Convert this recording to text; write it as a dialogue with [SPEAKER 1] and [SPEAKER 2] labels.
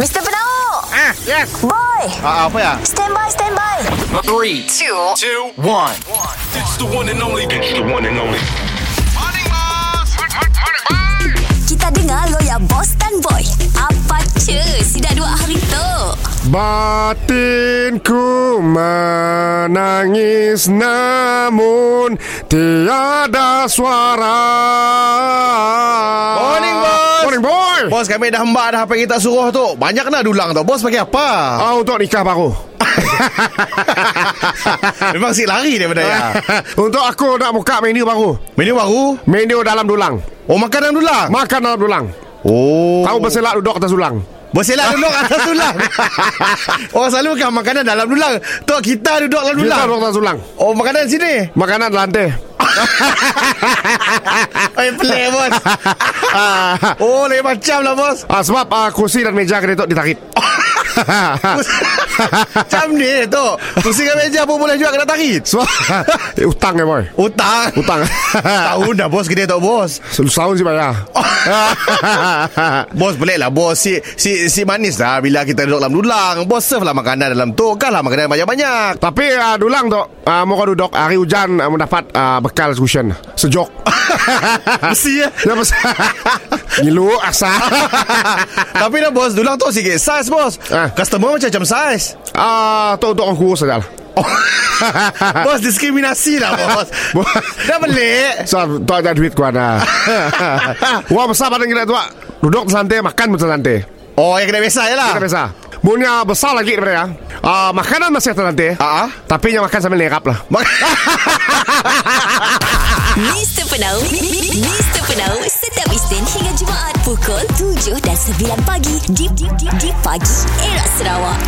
[SPEAKER 1] Mr. Penau
[SPEAKER 2] Ah, yes.
[SPEAKER 1] Boy
[SPEAKER 2] Ah, apa ya?
[SPEAKER 1] Stand by, stand by
[SPEAKER 3] Three,
[SPEAKER 1] Two
[SPEAKER 3] two, one.
[SPEAKER 4] It's the one and only. It's the one and only.
[SPEAKER 1] Kita dengar lo ya Boss dan Boy Apa cuy Si dah dua hari tu
[SPEAKER 5] Batinku menangis namun tiada suara.
[SPEAKER 2] Morning, boss.
[SPEAKER 5] Morning boy.
[SPEAKER 2] Bos kami dah hembak dah apa yang kita suruh tu. Banyak nak dulang tau. Bos pakai apa?
[SPEAKER 5] Ah untuk nikah baru.
[SPEAKER 2] Memang si lari daripada ya.
[SPEAKER 5] untuk aku nak buka menu baru.
[SPEAKER 2] Menu baru.
[SPEAKER 5] Menu dalam dulang.
[SPEAKER 2] Oh makan dalam dulang.
[SPEAKER 5] Makan dalam dulang.
[SPEAKER 2] oh.
[SPEAKER 5] Tahu berselak duduk atas dulang.
[SPEAKER 2] Bos elak duduk atas dulang. Orang selalu kan makanan dalam dulang. Tu kita duduk dalam
[SPEAKER 5] Kita
[SPEAKER 2] dulang.
[SPEAKER 5] duduk atas dulang.
[SPEAKER 2] Oh makanan sini.
[SPEAKER 5] Makanan lantai.
[SPEAKER 2] Oi Eh, pelik bos. oh lain macam lah bos.
[SPEAKER 5] Ah, sebab ah, kursi dan meja kena tu ditarik.
[SPEAKER 2] Macam ni tu. Kursi kat meja pun boleh juga kena tarik.
[SPEAKER 5] Sebab utang ya boy.
[SPEAKER 2] Utang.
[SPEAKER 5] Utang.
[SPEAKER 2] Tahun dah bos gede tak bos.
[SPEAKER 5] Setahun sih ya. bayar.
[SPEAKER 2] Bos pelik lah bos si, si, si manis lah Bila kita duduk dalam dulang Bos serve lah makanan dalam tu Kan lah makanan banyak-banyak
[SPEAKER 5] Tapi uh, dulang tu uh, Mau kau duduk Hari hujan uh, Mendapat uh, bekal cushion Sejok
[SPEAKER 2] Mesti ya
[SPEAKER 5] Ya pasal Ngilu ah, asal
[SPEAKER 2] Tapi dah bos Dulang tu sikit saiz bos
[SPEAKER 5] Ah.
[SPEAKER 2] Customer macam-macam saiz
[SPEAKER 5] Ah, Tu untuk orang kurus saja lah
[SPEAKER 2] Bos diskriminasi lah bos Dah pelik
[SPEAKER 5] So tu ada duit kau ada Wah besar badan kita tu ah. Duduk di lantai Makan di lantai
[SPEAKER 2] Oh yang kena biasa je lah
[SPEAKER 5] Kita biasa Bunya besar lagi daripada ya. Uh, makanan masih atas lantai
[SPEAKER 2] Ah, ah.
[SPEAKER 5] Tapi yang makan sambil lerap lah
[SPEAKER 1] Mr. Penau Mr. Penau Setiap Isnin hingga Jumaat Pukul 7 dan 9 pagi Di, di, di, di pagi Era Sarawak